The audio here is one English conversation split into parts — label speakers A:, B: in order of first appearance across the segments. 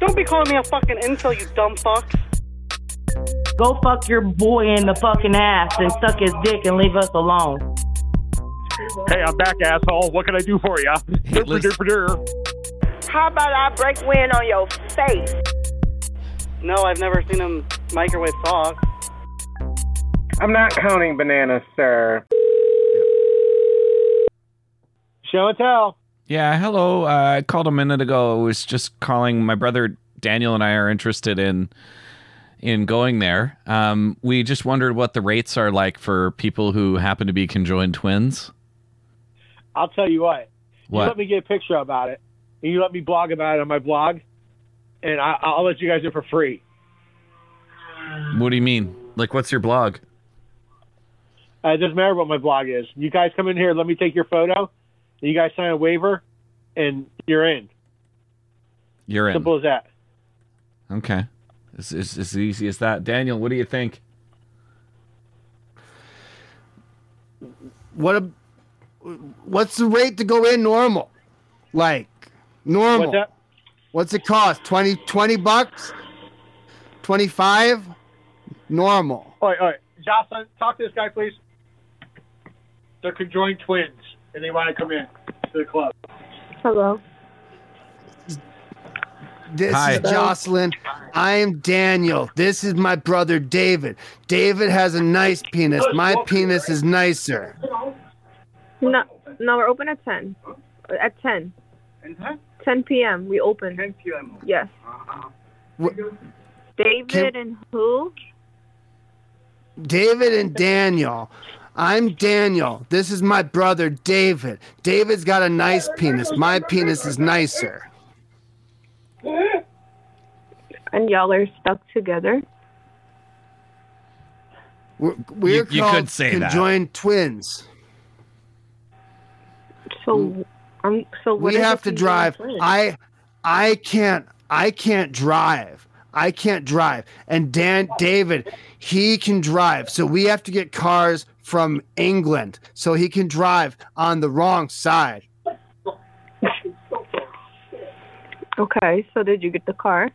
A: Don't be calling me a fucking incel, you dumb fuck.
B: Go fuck your boy in the fucking ass and suck his dick and leave us alone.
C: Hey, I'm back, asshole. What can I do for you?
D: Hitler's-
E: How about I break wind on your face?
A: No, I've never seen him microwave socks.
F: I'm not counting bananas, sir.
A: Show and tell.
D: Yeah, hello. Uh, I called a minute ago. I was just calling. My brother Daniel and I are interested in in going there. Um, we just wondered what the rates are like for people who happen to be conjoined twins.
C: I'll tell you what. You
D: What?
C: let me get a picture about it, and you let me blog about it on my blog, and I, I'll let you guys in for free.
D: What do you mean? Like, what's your blog?
C: Uh, it doesn't matter what my blog is. You guys come in here, let me take your photo, and you guys sign a waiver, and you're in.
D: You're in.
C: Simple as that.
D: Okay. It's, it's, it's as easy as that. Daniel, what do you think?
G: What? A, what's the rate to go in normal? Like normal.
C: What's that?
G: What's it cost? 20, 20 bucks? 25? Normal.
C: All right, all right. Jocelyn, talk to this guy, please. They're conjoined twins, and they want to come in to the club.
E: Hello.
G: This
D: Hi.
G: is Jocelyn. I am Daniel. This is my brother David. David has a nice penis. My penis is nicer.
E: No, no, we're open at 10. At 10. 10 p.m. We open. 10 p.m. Yes.
G: Wh-
E: David and who?
G: David and Daniel. I'm Daniel. This is my brother David. David's got a nice penis. My penis is nicer.
E: And y'all are stuck together.
G: We're, we're
D: You- you
G: called
D: could say that.
G: conjoined twins.
E: So, um, so what
G: we
E: is
G: have
E: it
G: to
E: you
G: drive.
E: want?
G: I I can't I can't drive. I can't drive. And Dan David, he can drive. So we have to get cars from England so he can drive on the wrong side.
E: Okay, so did you get the car?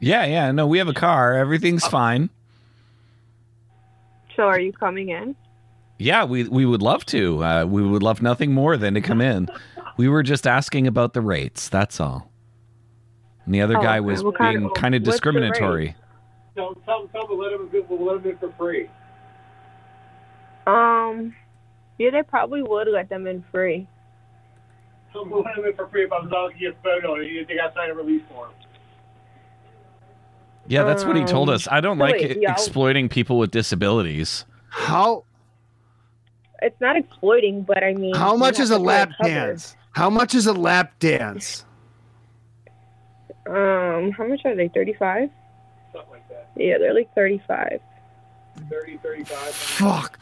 D: Yeah, yeah. No, we have a car.
A: Uh,
D: Everything's fine.
E: So are you coming in?
D: Yeah, we, we would love to. Uh, we would love nothing more than to come in. We were just asking about the rates. That's all. And the other
E: Oh,
D: guy
E: okay.
D: was
E: What kind
D: being
E: of-
D: kind of
E: what's the rate?
D: discriminatory.
C: So tell them, tell them, let them, we'll let them in for free.
E: Um, yeah, they probably would let them in free.
C: Tell them, we'll let them in for free if I was allowed to get a photo, and you think I signed a release form.
D: Yeah, that's what he told
E: Um,
D: us. I don't
E: so
D: like
E: wait,
D: e-
E: y'all-
D: exploiting people with disabilities.
G: How
E: It's not exploiting, but I mean,
G: how
E: you
G: much
E: have
G: is a
E: to, like,
G: lap
E: cover.
G: dance? How much is a lap dance?
E: Um, how much are they? Thirty-five.
C: Something like that.
E: Yeah, they're like thirty-five.
C: 30, 35.
G: Fuck.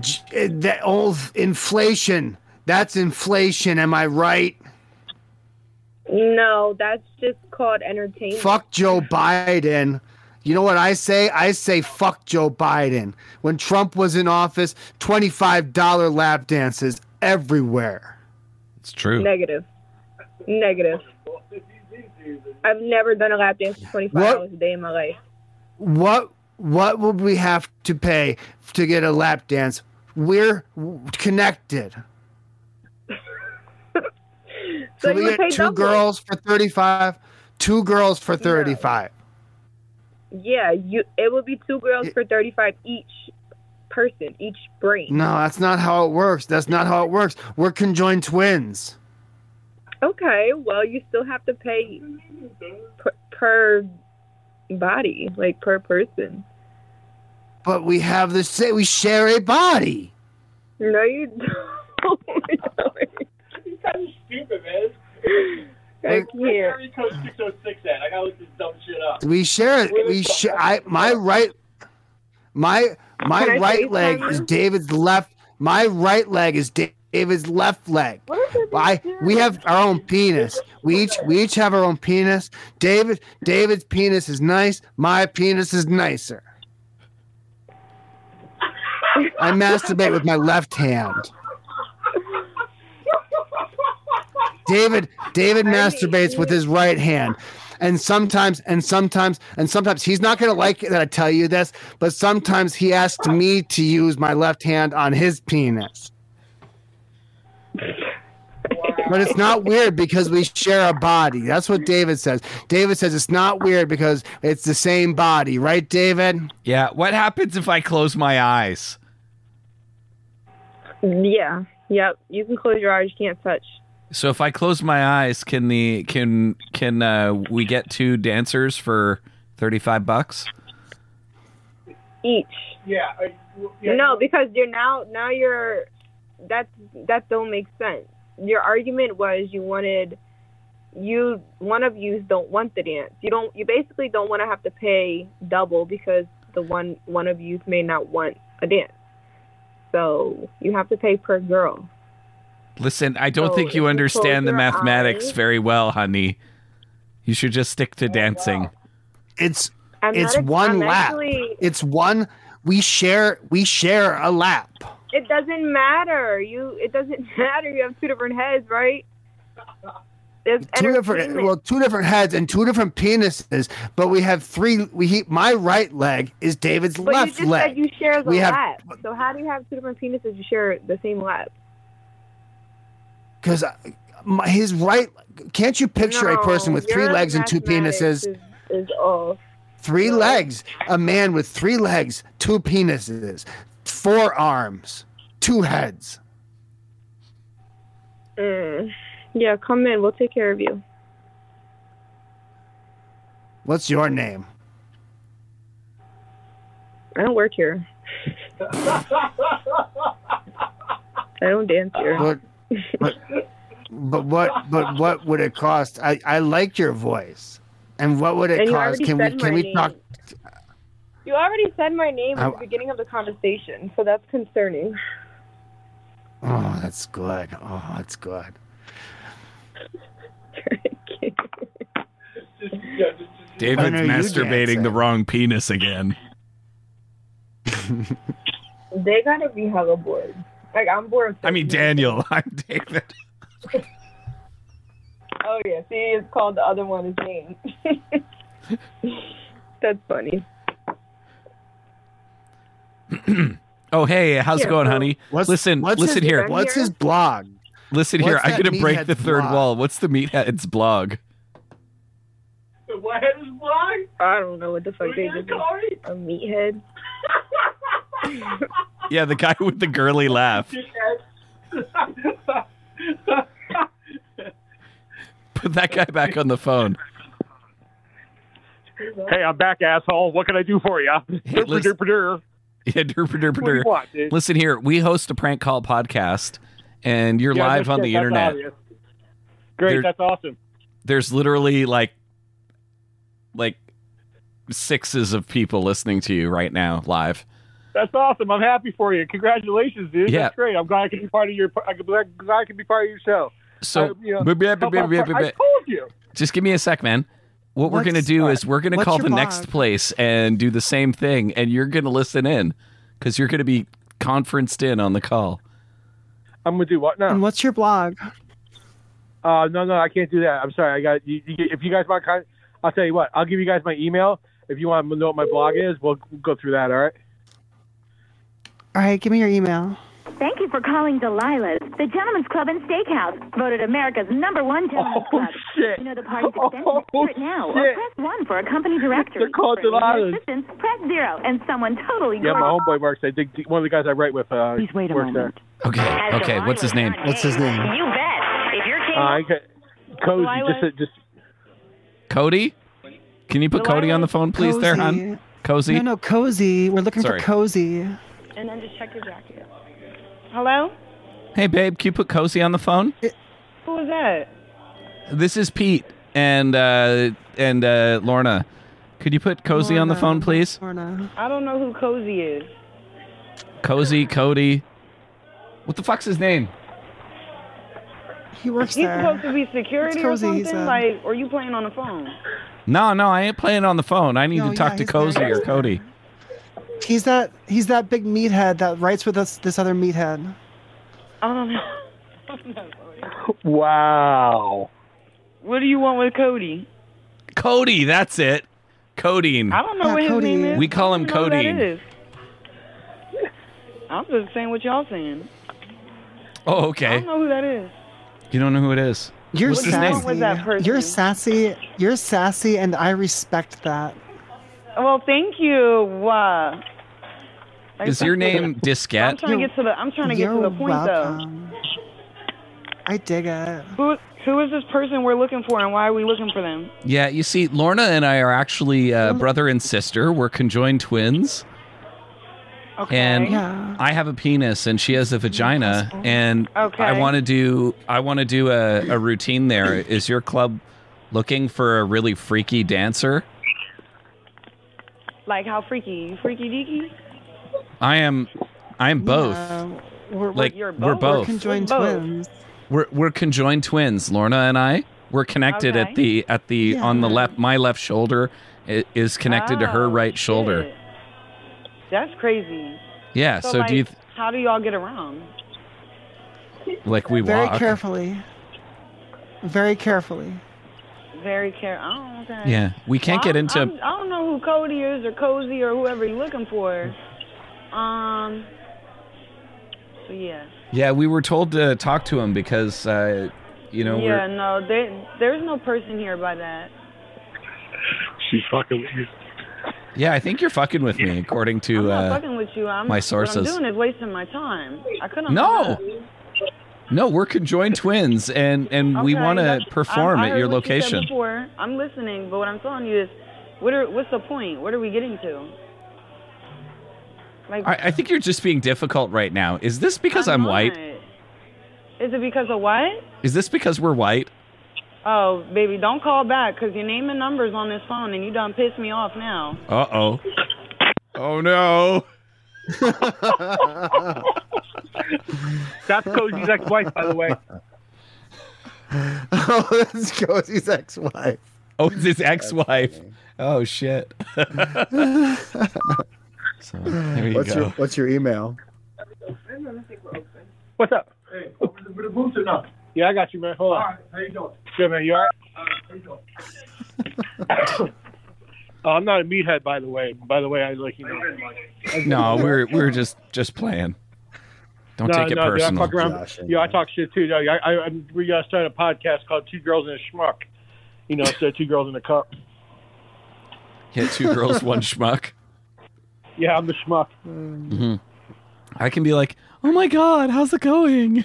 G: J- eh, That old inflation. That's inflation, am I right?
E: No, that's just called entertainment.
G: fuck Joe Biden. You know what I say? I say fuck Joe Biden. When Trump was in office, $25 lap dances everywhere.
D: It's true.
E: Negative. Negative. I've never done a lap dance for twenty-five
G: What?
E: hours a day in my life.
G: What what would we have to pay to get a lap dance? We're connected.
E: So
G: So
E: you
G: we
E: would pay
G: get two
E: double.
G: girls for 35, two girls for 35.
E: Yeah, you. It would be two girls for thirty-five each person, each brain.
G: No, that's not how it works. That's not how it works. We're conjoined twins. Mm.
E: Okay, well, you still have to pay per, per body, like per person.
G: But we have the same, we share a body.
E: No, you don't.
C: These guys are stupid, man.
E: I
C: Where's
E: can't.
C: area code 606 at? I gotta look this dumb shit up.
G: We share it.
C: Where
G: We
C: the fuck
G: share.
C: am
G: I my right, my my
E: Can I
G: right
E: FaceTime
G: leg
E: you?
G: is David's left. My right leg is Da- David's left leg. I we have our own penis. We each we each have our own penis. David David's penis is nice. My penis is nicer. I masturbate with my left hand. David David masturbates with his right hand. And sometimes and sometimes and sometimes he's not gonna like that I tell you this, but sometimes he asks me to use my left hand on his penis. But it's not weird because we share a body. That's what David says. David says it's not weird because it's the same body, right, David?
D: Yeah. What happens if I close my eyes?
E: Yeah. Yep. You can close your eyes. You can't touch.
D: So if I close my eyes, can the can can uh, we get two dancers for thirty five bucks?
E: Each.
C: Yeah.
E: No, because you're now now you're that that don't make sense. Your argument was you wanted you one of you don't want the dance. You don't you basically don't want to have to pay double because the one one of you may not want a dance. So you have to pay per girl.
D: Listen, I don't
E: So
D: think
E: if you
D: you
E: close
D: understand the
E: your
D: mathematics
E: eyes- Oh,
D: very well, honey. You should just stick to dancing.
G: It's
E: I'm
G: It's
E: not ex-
G: one
E: I'm
G: lap.
E: Actually,
G: it's one we share we share a lap.
E: it doesn't matter. You it doesn't matter. You have two different heads, right? There's
G: two different
E: entertainment.
G: well two different heads and two different penises but we have three we he, my right leg is david's
E: But
G: left
E: you just
G: leg
E: said you share the
G: We have-
E: lap. So how do you have two different penises? You share the same lap.
G: because his right can't you picture a person
E: No,
G: with three
E: your
G: legs and two
E: mathematics
G: penises
E: Is, is off.
G: three
E: no.
G: legs a man with three legs two penises four arms two heads
E: Mm. Yeah, come in. We'll take care of you.
G: what's your name
E: I don't work here. I don't dance here.
G: what, but, but what but what would it cost i i like your voice and what would it
E: And you
G: cost
E: already
G: can we
E: said
G: can
E: my
G: we
E: name.
G: talk
E: You already said my name
G: I-
E: at the beginning of the conversation, so that's concerning.
G: oh that's good oh that's good
D: David's
G: know you
D: masturbating the
G: dancing.
D: wrong penis again.
E: they gotta be hella bored. Like I'm bored.
D: I mean, Daniel. I'm David.
E: Oh yeah, see, it's called the other one is name. That's funny.
D: Oh hey, how's it
E: Yeah,
D: going,
E: so-
D: honey?
G: What's-
D: listen,
G: what's
D: listen
G: his-
D: here,
E: Right
G: What's
E: here?
G: his blog?
D: listen here.
G: what's
D: I'm
G: that
D: gonna break
G: meathead's
D: the third
G: blog?
D: wall. What's the meathead's blog?
C: What is blog?
E: I don't know what the fuck they just a meathead.
D: Yeah, the guy with the girly laugh. Put that guy back on the phone.
C: Hey, I'm back, asshole. What can I do for you?
D: Hey, listen-
C: What
D: Yeah, derper, derper,
C: do you
D: derp.
C: want, dude?
D: Listen here, we host a prank call podcast, and you're
C: Yeah,
D: live
C: that's
D: on
C: good.
D: the
C: That's
D: internet.
C: obvious. Great,
D: There-
C: that's awesome.
D: There's literally like, like sixes of people listening to you right now live.
C: That's awesome. I'm happy for you. Congratulations, dude.
D: Yeah.
C: That's great. I'm glad I can be part of your. I'm glad I can be part of your show.
D: So,
C: I, you know,
D: bleh, bleh, bleh,
C: Help out-
D: bleh, bleh,
C: I
D: bleh.
C: told you.
D: just give me a sec, man. What we're
G: What's-
D: gonna do is we're gonna
G: what's
D: call
G: your
D: the next
G: blog?
D: place and do the same thing, and you're gonna listen in because you're gonna be conferenced in on the call.
C: I'm gonna do what now?
H: And what's your blog?
C: Uh, no, no, I can't do that. I'm sorry. I got you, you, if you guys want, con- I'll tell you what. I'll give you guys my email if you want to know what my blog is. We'll go through that. All right.
H: All right, give me your email.
I: Thank you for calling Delilah's, the Gentleman's Club and Steakhouse, voted America's number one gentleman's
C: Oh,
I: club.
C: shit.
I: You know the party's
C: Oh,
I: expensive. Hear it now. Or
C: shit.
I: press one for a company directory.
C: They're called
I: For immediate
C: Delilah's.
I: assistance, press zero, and someone totally
C: Yeah, my
I: gorgeous-
C: homeboy works. I think one of the guys I write with. Uh,
I: Please wait a
C: works
I: moment.
D: Okay, okay. What's his name?
G: What's his name?
I: You bet. If you're
C: There. Uh, I got, Cozy, just just
D: Cody. Can you put Cody on the phone, please, there, hon?
H: Cozy.
D: Cozy.
H: No, no, cozy. We're looking
D: Sorry.
H: for cozy.
E: And then just check your jacket. Hello?
D: Hey, babe, can you put Cozy on the phone?
E: Who was that?
D: This is Pete and uh, and uh, Lorna. Could you put Cozy on the
H: Lorna.
D: phone, please?
H: Lorna.
E: I don't know who Cozy is.
D: Cozy, Cody. What the fuck's his name?
H: He works
E: He's supposed to
H: there.
E: be security
H: It's
E: or
H: Cozy, he's,
E: something?
H: um,
E: Like, or you playing on the phone?
D: No, no, I ain't playing on the phone. I need
H: No,
D: to talk
H: yeah,
D: to
H: he's
D: Cozy
H: there.
D: or Cody.
H: He's that. He's that big meathead that writes with us. This other meathead.
E: I don't know.
C: Wow.
J: What do you want with Cody?
D: Cody, that's it. Codeine.
J: I
H: Uh,
J: don't know what his name is.
D: We call
J: I
D: him
J: don't know who that
D: Codeine.
J: is. I'm just saying what y'all saying.
D: Oh,
J: I
D: okay.
J: don't know who that is.
D: You don't know who it is.
H: You're
D: What's his
H: sassy.
D: name?
J: with that person?
H: You're sassy. You're sassy, and I respect that.
J: Well, thank you. Wow. Like,
D: Is your
J: I'm
D: name
J: I'm
D: Discat?
J: trying to get to the. I'm trying to get to the
H: You're
J: point
H: welcome. I dig it.
J: though. Who who is this person we're looking for, and why are we looking for them?
D: Yeah, you see, Lorna and I are actually uh,
J: Mm-hmm.
D: brother and sister. We're conjoined twins.
J: Okay.
D: And
H: Yeah.
D: I have a penis and she has a vagina. And
J: Okay.
D: I want to do I want to do a, a routine there. Is your club looking for a really freaky dancer?
J: Like how freaky, You freaky deaky.
D: I am I am both.
H: No, we're, we're
D: Like
J: you're
D: we're
J: both?
D: both.
H: conjoined
J: We're both.
H: twins.
D: We're we're conjoined twins, Lorna and I. We're connected
J: Okay.
D: at the at the on the
H: Yeah.
D: left. My left shoulder i- is connected to her
J: Oh,
D: right shoulder.
J: shit. That's crazy.
D: Yeah. So,
J: So, like,
D: do you th-
J: how do y'all get around?
D: like we
H: Very
D: walk?
H: carefully. Very carefully.
J: Very care. I don't know.
D: Yeah, we can't
J: Well,
D: get
J: I'm-
D: into.
J: I'm- I don't know who Cody is or Cozy or whoever you're looking for. Um. So yeah.
D: yeah, we were told to talk to him because uh, you know
J: yeah. No. There, there's no person here by that.
C: She's fucking with you.
D: we're yeah. I think you're fucking with me, according
J: I'm
D: to.
J: not
D: Uh,
J: fucking with you. I'm.
D: my
J: What
D: sources.
J: I'm doing is wasting my time. I couldn't.
D: No! no, we're conjoined twins, and and we
J: Okay,
D: want to
J: that's-
D: perform
J: I, I
D: at your
J: heard what you said
D: location.
J: before. I'm listening, but what I'm telling you is, what are what's the point? What are we getting to? Like
D: I, I think you're just being difficult right now. Is this because I'm
J: not.
D: white?
J: Is it because of what?
D: Is this because we're white?
J: Oh, baby, don't call back because your name and number's on this phone, and you done pissed me off now.
D: Uh oh. Oh no.
C: That's Cody's ex-wife, by the way.
G: oh, that's Cozy's ex-wife.
D: Oh, it's his ex-wife. Oh shit. so there you
G: What's
D: go.
G: your What's your email?
C: What's up? Hey, the boots or not? Yeah, I got you, man. Hold on. All right, how you doing? Good, man. You all right? how you doing? oh, I'm not a meathead, by the way. By the way, I like you know.
D: No, we were we were just just playing. Don't
C: no,
D: take it
C: no, dude, I
D: personal.
C: fuck around.
G: Josh,
C: Yeah, I
G: yeah.
C: talk shit too. Dog. I, I, I, we uh, started a podcast called Two Girls and a Schmuck. You know, so two girls in a cup.
D: Hit two girls, one schmuck.
C: Yeah, I'm the schmuck.
D: I can be like, oh my god, how's it going?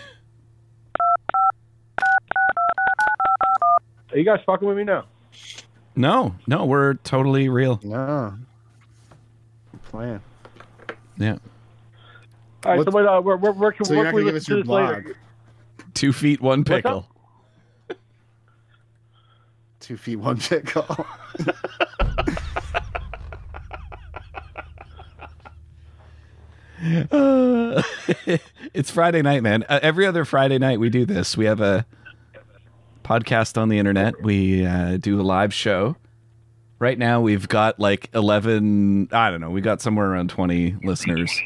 C: Are you guys fucking with me now?
D: No, no, we're totally real.
G: No, I'm playing.
D: Yeah,
C: All right,
G: What's-
C: so what, uh, where, where, where can,
G: So
C: where
G: you're not
C: can we
G: gonna give us your
C: listen to this later?
G: blog?
D: two feet, one
C: What's
D: pickle.
G: Two feet, one pickle.
D: Uh, it's Friday night, man. Uh, every other Friday night, we do this. We have a podcast on the internet. We uh, do a live show. Right now, we've got like eleven. I don't know. We got somewhere around twenty listeners.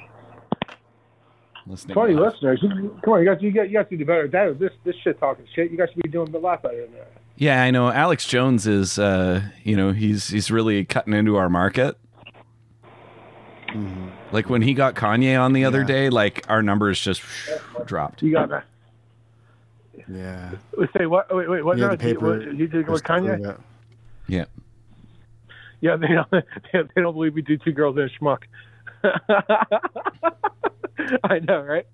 D: Listening
C: Twenty
D: live.
C: listeners. You- Come on, you guys, you guys, you guys do better. That is this this shit talking shit. You guys should be doing a lot better than that.
D: Yeah, I know. Alex Jones is, uh, you know, he's he's really cutting into our market.
K: Mm-hmm.
D: Like when he got Kanye on the other
G: Yeah.
D: day, like our numbers just dropped.
C: You got that.
G: yeah.
C: Say what? Wait, wait, what?
G: You
C: No,
G: have the
C: he,
G: paper.
C: what he did with
G: Just
C: Kanye.
G: clear it up.
D: Yeah.
C: Yeah, they don't, they don't believe we do two girls and a schmuck. I know, right?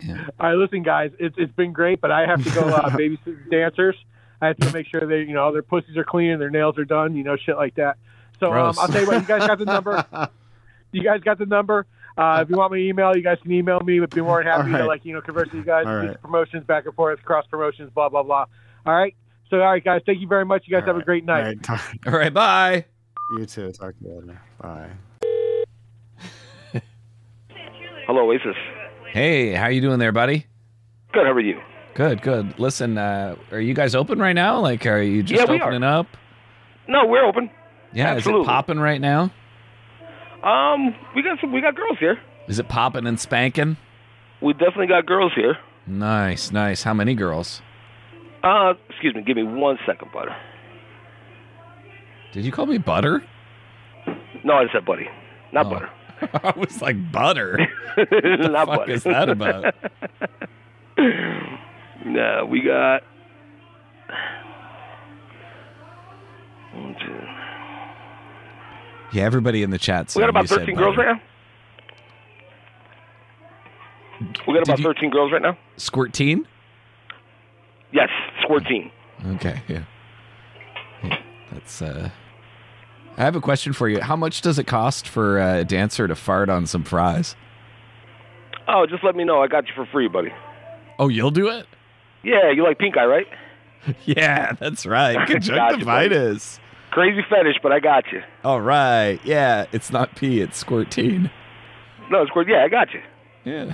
D: Yeah.
C: All right, listen, guys, it's it's been great, but I have to go uh, babysit dancers. I have to make sure they, you know, their pussies are clean, their nails are done, you know, shit like that. So um,
D: Gross.
C: I'll tell you what, you guys got the number. You guys got the number. Uh, if you want my email, you guys can email me. We'd be more than happy
G: All
C: to
G: right.
C: like you know converse with you guys,
G: All
C: do
G: right.
C: promotions back and forth, cross promotions, blah blah blah. All right. So all right, guys, thank you very much. You guys
G: All
C: have a
G: right.
C: great night.
G: All right, talk-
D: All
L: Oh,
D: right. Bye.
G: you too. Talk to you later. Bye.
K: Hello, Oasis.
D: Hey, how you doing there, buddy?
K: Good. How are you?
D: Good. Good. Listen, uh, are you guys open right now? Like, are you just
K: Yeah, we are.
D: opening up?
K: No, we're open.
D: Yeah. Is
K: Absolutely.
D: it popping right now?
K: Um, we got some. We got girls here.
D: Is it popping and spanking?
K: We definitely got girls here.
D: Nice. Nice. How many girls?
K: Uh, excuse me. Give me one second, butter.
D: Did you call me butter?
K: No, I said buddy, not
D: Oh.
K: butter.
D: I was like butter.
K: what the not
D: fuck
K: butter.
D: is that about?
K: nah, we got one, two.
D: Yeah, everybody in the chat said
K: we got
D: you
K: about
D: said
K: thirteen girls
D: butter.
K: right now. We got about
D: you-
K: thirteen girls right now.
D: Squirteen?
K: Yes, fourteen.
D: Okay, yeah. Yeah, That's uh I have a question for you. How much does it cost for uh, a dancer to fart on some fries?
K: Oh, just let me know. I got you for free, buddy.
D: Oh, you'll do it?
K: Yeah, you like pink eye, right?
D: Yeah, that's right.
K: Gotcha, buddy.
D: Conjunctivitis.
K: Crazy fetish, but I got you.
D: All right. Yeah, it's not pee, it's squirteen.
K: No, it's great. Yeah, I got you.
D: Yeah.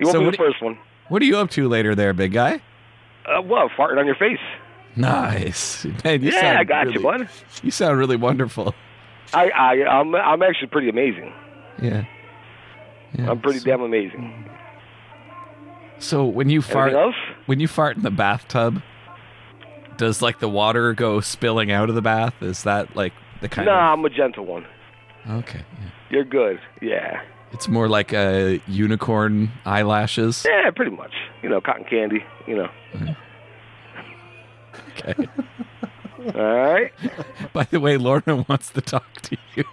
K: You won't
D: So
K: be
D: what
K: the
D: do-
K: first one.
D: What are you up to later there, big guy?
K: Uh, what? Farting on your face?
D: Nice. Man, you
K: yeah,
D: sound
K: I got
D: really,
K: you, bud.
D: You sound really wonderful.
K: I, I, I'm, I'm actually pretty amazing.
D: Yeah.
K: I'm pretty damn amazing.
D: So when you fart
K: Anything else?
D: when you fart in the bathtub, does like the water go spilling out of the bath? Is that like the kind
K: nah, I'm a gentle one.
D: of Okay.
K: You're good. Yeah.
D: It's more like a unicorn eyelashes.
K: Yeah, pretty much. You know, cotton candy. You know.
D: Okay.
K: All right.
D: By the way, Lorna wants to talk to you.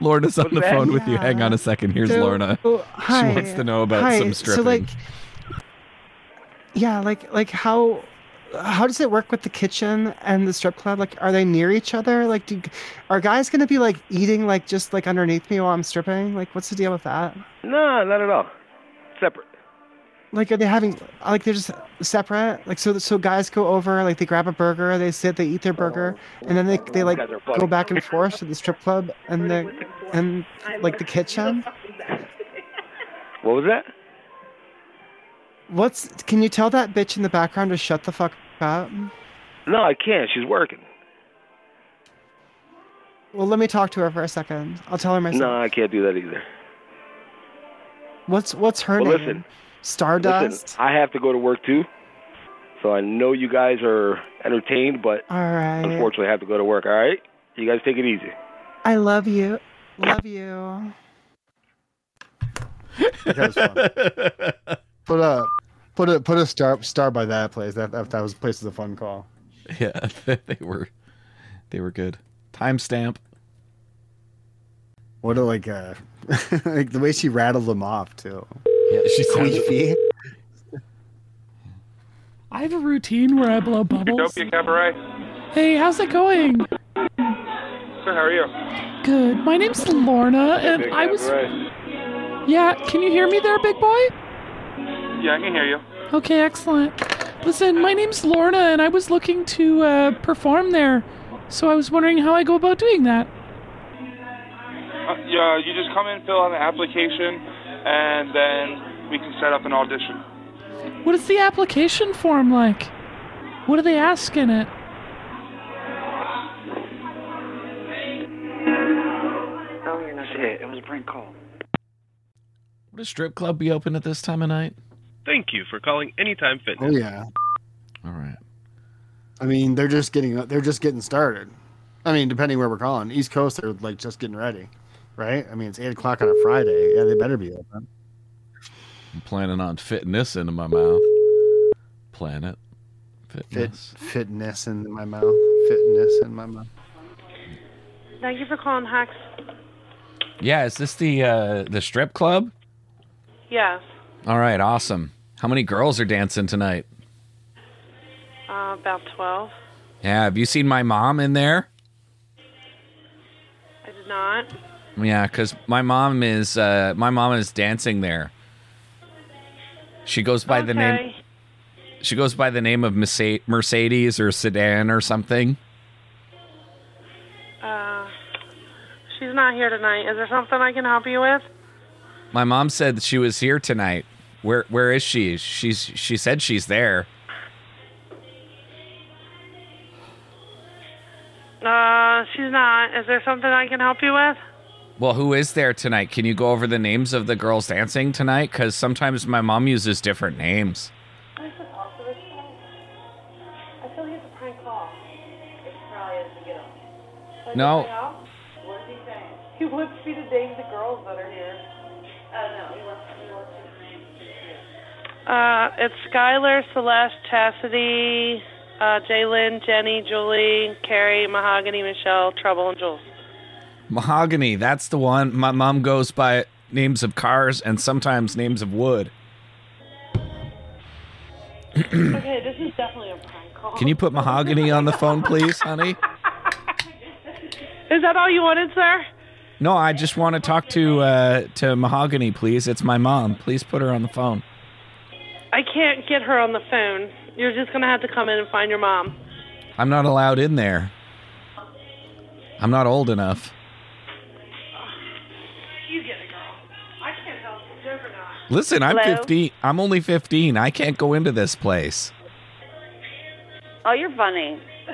D: Lorna's on
H: What's
D: the
H: that?
D: phone with you. Hang on a second. Here's
H: So- oh,
D: Lorna.
H: hi,
D: She wants to know about
H: hi,
D: some
H: So
D: stripping.
H: like, yeah, like like how how does it work with the kitchen and the strip club? Like, are they near each other? Like, do are guys gonna be like eating like just like underneath me while I'm stripping? Like, what's the deal with that?
K: No, not at all. Separate.
H: Like, are they having like they're just separate? Like, so so guys go over, like they grab a burger, they sit, they eat their burger, and then they they like
K: guys are funny.
H: go back and forth to the strip club and the and like the kitchen.
K: What was that?
H: What's can you tell that bitch in the background to shut the fuck up?
K: No, I can't. She's working.
H: Well, let me talk to her for a second. I'll tell her myself.
K: No, I can't do that either.
H: What's what's her
K: Well,
H: name?
K: listen.
H: Stardust.
K: Listen, I have to go to work too, so I know you guys are entertained, but
H: All right.
K: unfortunately, I have to go to work. All right, you guys take it easy.
H: I love you. Love you.
M: Put a put a put a star star by that place. That that, that was place is a fun call.
D: Yeah, they were they were good. Timestamp.
M: What a like uh like the way she rattled them off too.
D: Yeah, she sounded-
M: queefy.
N: I have a routine where I blow bubbles.
O: Utopia Cabaret.
N: Hey, how's it going?
O: So how are you?
N: Good. My name's Lorna, and
O: Big
N: um, I was.
O: Cabaret.
N: Yeah, can you hear me there, big boy?
O: Yeah, I can hear you.
N: Okay, excellent. Listen, my name's Lorna, and I was looking to uh, perform there, so I was wondering how I go about doing that.
O: Uh, yeah, you just come in, fill out an application, and then we can set up an audition.
N: What is the application form like? What do they ask in it?
L: No, you're not. Shit, it was a prank call.
D: Would a strip club be open at this time of night?
P: Thank you for calling Anytime Fitness.
M: Oh yeah.
D: All right.
M: I mean, they're just getting they're just getting started. I mean, depending where we're calling, East Coast, they're like just getting ready, right? I mean, it's eight o'clock on a Friday. Yeah, they better be open.
D: I'm planning on fitting this into my mouth. Planet.
M: Fit,
D: Fitness.
M: fitness in my mouth. Fitness in my mouth.
Q: Thank you for calling Hacks.
D: Yeah, is this the uh the strip club?
Q: Yes.
D: All right, awesome. How many girls are dancing tonight?
Q: Uh, about 12.
D: Yeah, have you seen my mom in there?
Q: I did not.
D: Yeah, cuz my mom is uh my mom is dancing there. She goes by the name
Q: Okay.
D: she goes by the name of Merce- Mercedes or Sedan or something.
Q: Uh, she's not here tonight. Is there something I can help you with?
D: My mom said that she was here tonight. Where where is she? She's she said she's there.
Q: Uh, she's not. Is there something I can help you with?
D: Well, who is there tonight? Can you go over the names of the girls dancing tonight? Because sometimes my mom uses different names.
R: still gets a prank call. It probably doesn't get Oh. on. But
D: No.
R: you know, What is he saying? He wants me to name the girls that are here. Oh, no. He wants, he wants me to name the
Q: Uh, it's Skylar, Celeste, Chastity, uh, Jalen, Jenny, Julie, Carrie, Mahogany, Michelle, Trouble, and Jules.
D: Mahogany, that's the one. My mom goes by names of cars and sometimes names of wood.
R: Okay, this is definitely a prank call.
D: Can you put mahogany on the phone, please, honey?
Q: Is that all you wanted, sir?
D: No, I just want to talk to uh, to mahogany, please. It's my mom. Please put her on the phone.
Q: I can't get her on the phone. You're just gonna have to come in and find your mom.
D: I'm not allowed in there. I'm not old enough.
R: You get a girl. I can't tell if it's a joke or not.
D: Listen, I'm
S: Hello?
D: 15. I'm only 15. I can't go into this place.
S: Oh, you're funny.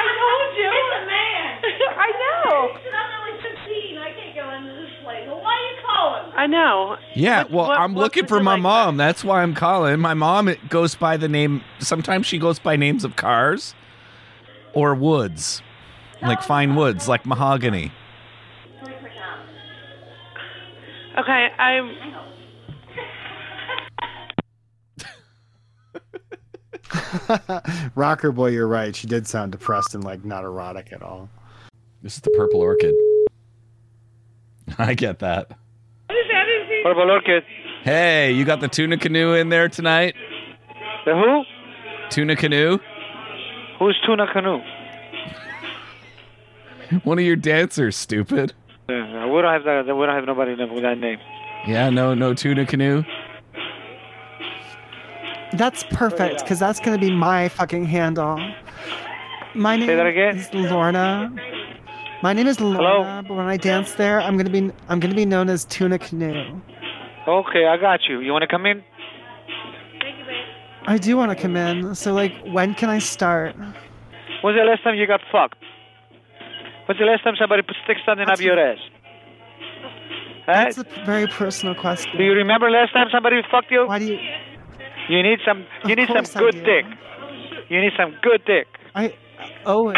R: I told you. It's a man.
Q: I know.
R: Said I'm only 15. I can't go into this place. Well, why are you calling?
Q: I know.
D: Yeah, well, I'm looking for my mom. That's why I'm calling. My mom it goes by the name. Sometimes she goes by names of cars or woods, like fine woods, like mahogany.
Q: Okay, I'm.
M: Rocker boy, you're right. She did sound depressed and like not erotic at all.
D: This is the purple orchid. I get that.
T: Purple Orchid.
D: Hey, you got the tuna canoe in there tonight? The who? Tuna canoe.
T: Who's Tuna Canoe?
D: One of your dancers, stupid.
T: Yeah, Uh, we don't have that. We don't have nobody with that name.
D: Yeah, no, no tuna canoe.
H: That's perfect because that's gonna be my fucking handle. My name
T: Say that again?
H: is Lorna. My name is Lorna, but when I dance there, I'm gonna be I'm gonna be known as Tuna Canoe.
T: Okay, I got you. You want to come in?
H: I do want to come in. So like, when can I start?
T: When's the last time you got fucked? When's the last time somebody put stick something up your ass? Huh?
H: That's a very personal question.
T: Do you remember last time somebody fucked you? Why
H: do you?
T: You need some. You
H: Of
T: need some
H: course I
T: good
H: do.
T: dick. You need some good dick.
H: I always,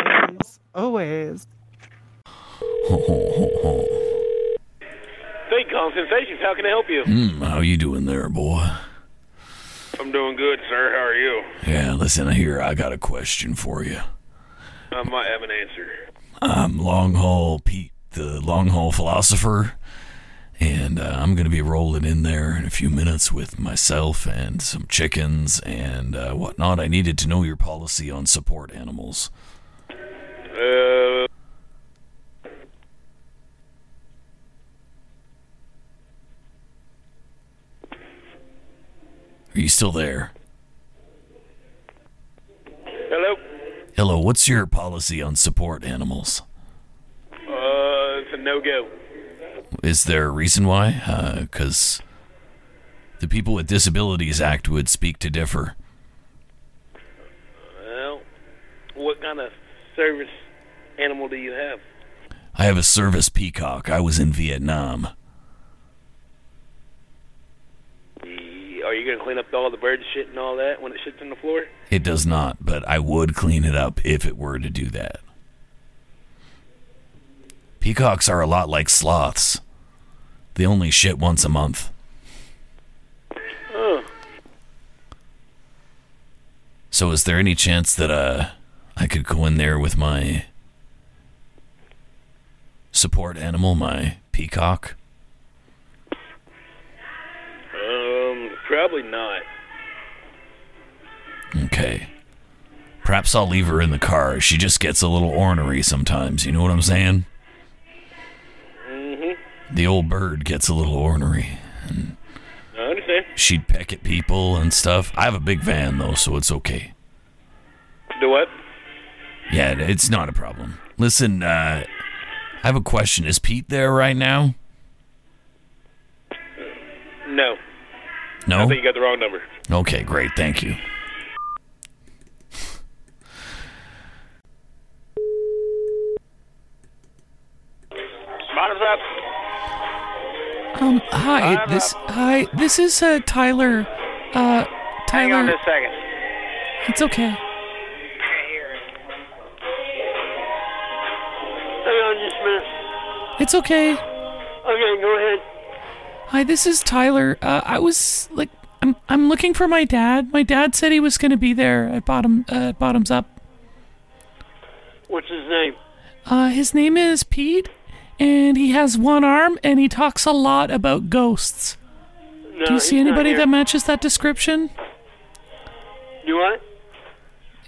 H: always.
K: Hey, Calm Sensations, how can I help you?
U: Hmm, how you doing there, boy?
K: I'm doing good, sir. How are you?
U: Yeah, listen here, I got a question for you.
K: I might have an answer.
U: I'm Long Haul Pete, the Long Haul Philosopher, and uh, I'm going to be rolling in there in a few minutes with myself and some chickens and uh, whatnot. I needed to know your policy on support animals.
K: Uh,
U: Are you still there?
K: hello?
U: Hello, what's your policy on support animals?
K: Uh, it's a no-go.
U: Is there a reason why? Because the People with Disabilities Act would speak to differ.
K: Well, what kind of service animal do you have?
U: I have a service peacock. I was in Vietnam.
K: Are you gonna clean up all the bird shit and all that when it shits on the floor?
U: It does not, but I would clean it up if it were to do that. Peacocks are a lot like sloths. They only shit once a month.
K: Oh,
U: So is there any chance that uh I could go in there with my support animal, my peacock?
K: um, probably not.
U: Okay. Perhaps I'll leave her in the car. She just gets a little ornery sometimes, you know what I'm saying?
K: Mm-hmm.
U: The old bird gets a little ornery.
K: I understand.
U: She'd peck at people and stuff. I have a big van though, so it's okay.
K: Do what?
U: Yeah, it- it's not a problem. Listen, uh, I have a question. Is Pete there right now?
K: No. I
U: No.
K: think you got the wrong number.
U: Okay, great. Thank you.
K: Bottoms up.
N: Um, hi,
K: Hi,
N: this hi, this is uh, Tyler. Uh, Tyler.
K: Hang on just a second.
N: It's okay.
V: Hang on just a minute.
N: It's okay.
V: Okay, go ahead.
N: Hi, this is Tyler. Uh, I was like, I'm I'm looking for my dad. My dad said he was going to be there at bottom uh, at bottoms up.
V: What's his name?
N: Uh, his name is Pete, and he has one arm, and he talks a lot about ghosts.
V: No,
N: Do you see
V: he's not
N: anybody
V: here.
N: that matches that description?
V: Do what?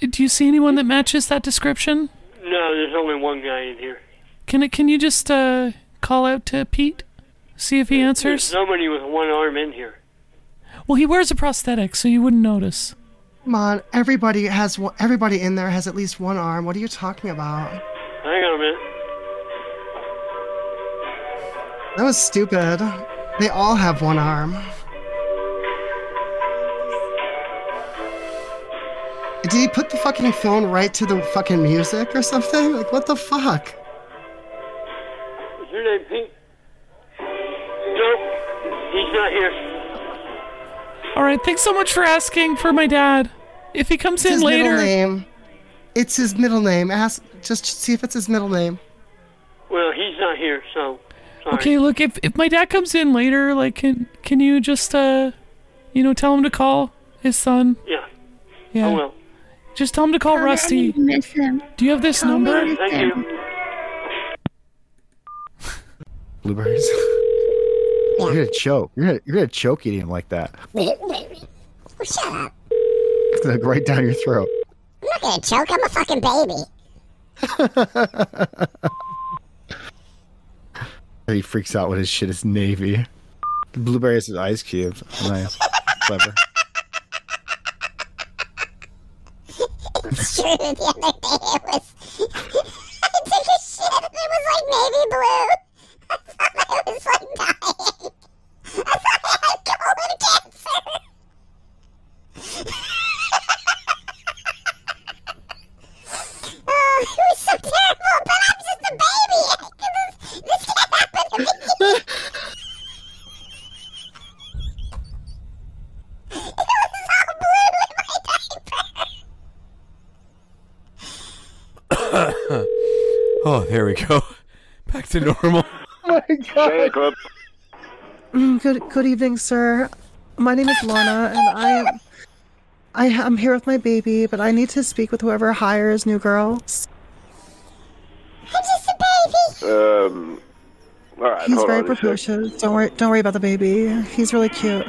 N: Do you see anyone that matches that description?
V: No, there's only one guy in here.
N: Can it? Can you just uh, call out to Pete, see if he
V: There's
N: answers?
V: nobody with one arm in here.
N: Well, he wears a prosthetic, so you wouldn't notice.
W: Come on, everybody has one- everybody in there has at least one arm. What are you talking about?
V: Hang on a minute.
W: That was stupid. They all have one arm. Did he put the fucking phone right to the fucking music or something? Like, what the fuck?
V: Is your name Pete? Nope. He's not here.
N: All right. Thanks so much for asking for my dad. If he comes
W: It's
N: in
W: his
N: later,
W: middle name. It's his middle name. Ask, just see if it's his middle name.
V: Well, he's not here, so sorry.
N: Okay, look, if if my dad comes in later, like can can you just uh you know, tell him to call his son?
V: Yeah.
N: Yeah.
V: I will.
N: Just tell him to call
V: Tell him
N: Rusty.
V: you miss him.
N: Do you have this
V: Tell him
N: number?
V: you miss Thank him.
M: Blueberries. you're gonna choke. You're gonna, you're gonna choke eating them like that.
R: Shut up.
M: It's gonna go right down your throat.
R: I'm not gonna choke. I'm a fucking baby.
M: He freaks out when his shit is navy. Blueberries is ice cubes. Nice. Clever.
R: It's true. The other day it was. I took a shit and it was like navy blue. I thought I was like dying. I thought I had colon cancer. oh, it was so terrible, but I'm just a baby. This, this can't happen to me. it was all blue in my diaper.
X: oh, there we go. Back to normal.
W: Oh my Mm, Good good evening, sir. My name is Lorna, and I am I ha- I'm here with my baby, but I need to speak with whoever hires new girls.
R: I'm just a baby.
Y: Um, all right,
W: He's
Y: hold
W: very
Y: on a sec.
W: precocious. Don't worry don't worry about the baby. He's really cute.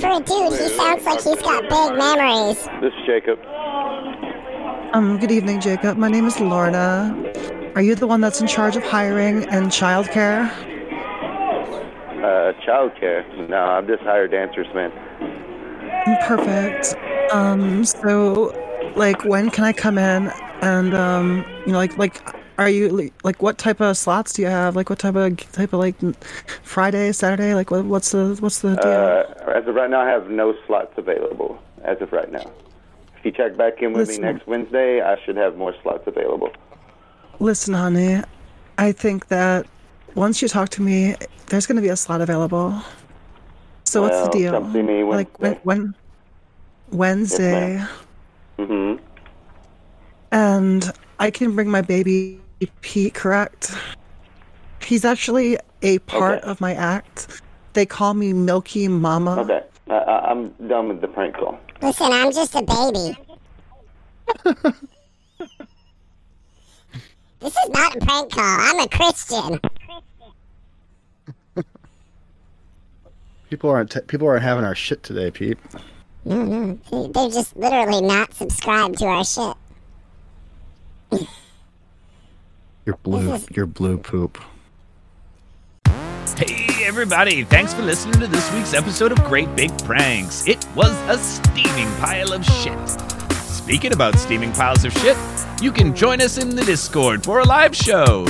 R: For a dude, he sounds like he's got big memories.
Y: This is Jacob.
W: Um, good evening, Jacob. My name is Lorna. Are you the one that's in charge of hiring and childcare?
Y: Uh, childcare. No, I'm just hired dancers, man.
W: Perfect. Um, so, like, when can I come in? And um, you know, like, like, are you like, what type of slots do you have? Like, what type of type of like, Friday, Saturday? Like, what, what's the what's the deal?
Y: Uh, as of right now, I have no slots available. As of right now, if you check back in with
W: Listen.
Y: me next Wednesday, I should have more slots available.
W: Listen, honey, I think that once you talk to me, there's going to be a slot available. So what's
Y: Well,
W: the deal?
Y: come see me
W: like when, when Wednesday,
Y: Mm-hmm.
W: and I can bring my baby Pete. Correct? He's actually a part
Y: Okay.
W: of my act. They call me Milky Mama.
Y: Okay. I, I, I'm done with the prank call.
R: Listen, I'm just a baby. this is not a prank call. I'm a Christian.
M: People aren't t- people aren't having our shit today, Pete.
R: No, no. they- They're just literally not subscribed to our shit.
M: You're blue. You're blue poop.
D: Hey, everybody, thanks for listening to this week's episode of Great Big Pranks. It was a steaming pile of shit. Speaking about steaming piles of shit, you can join us in the Discord for a live show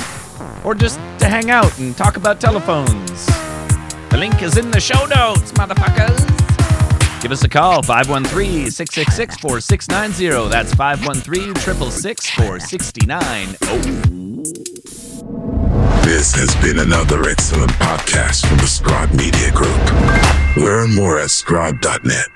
D: or just to hang out and talk about telephones. The link is in the show notes, motherfuckers. Give us a call, 513 666 4690. That's 513 666 oh. 4690.
R: This has been another excellent podcast from the Scribe Media Group. Learn more at scribe.net.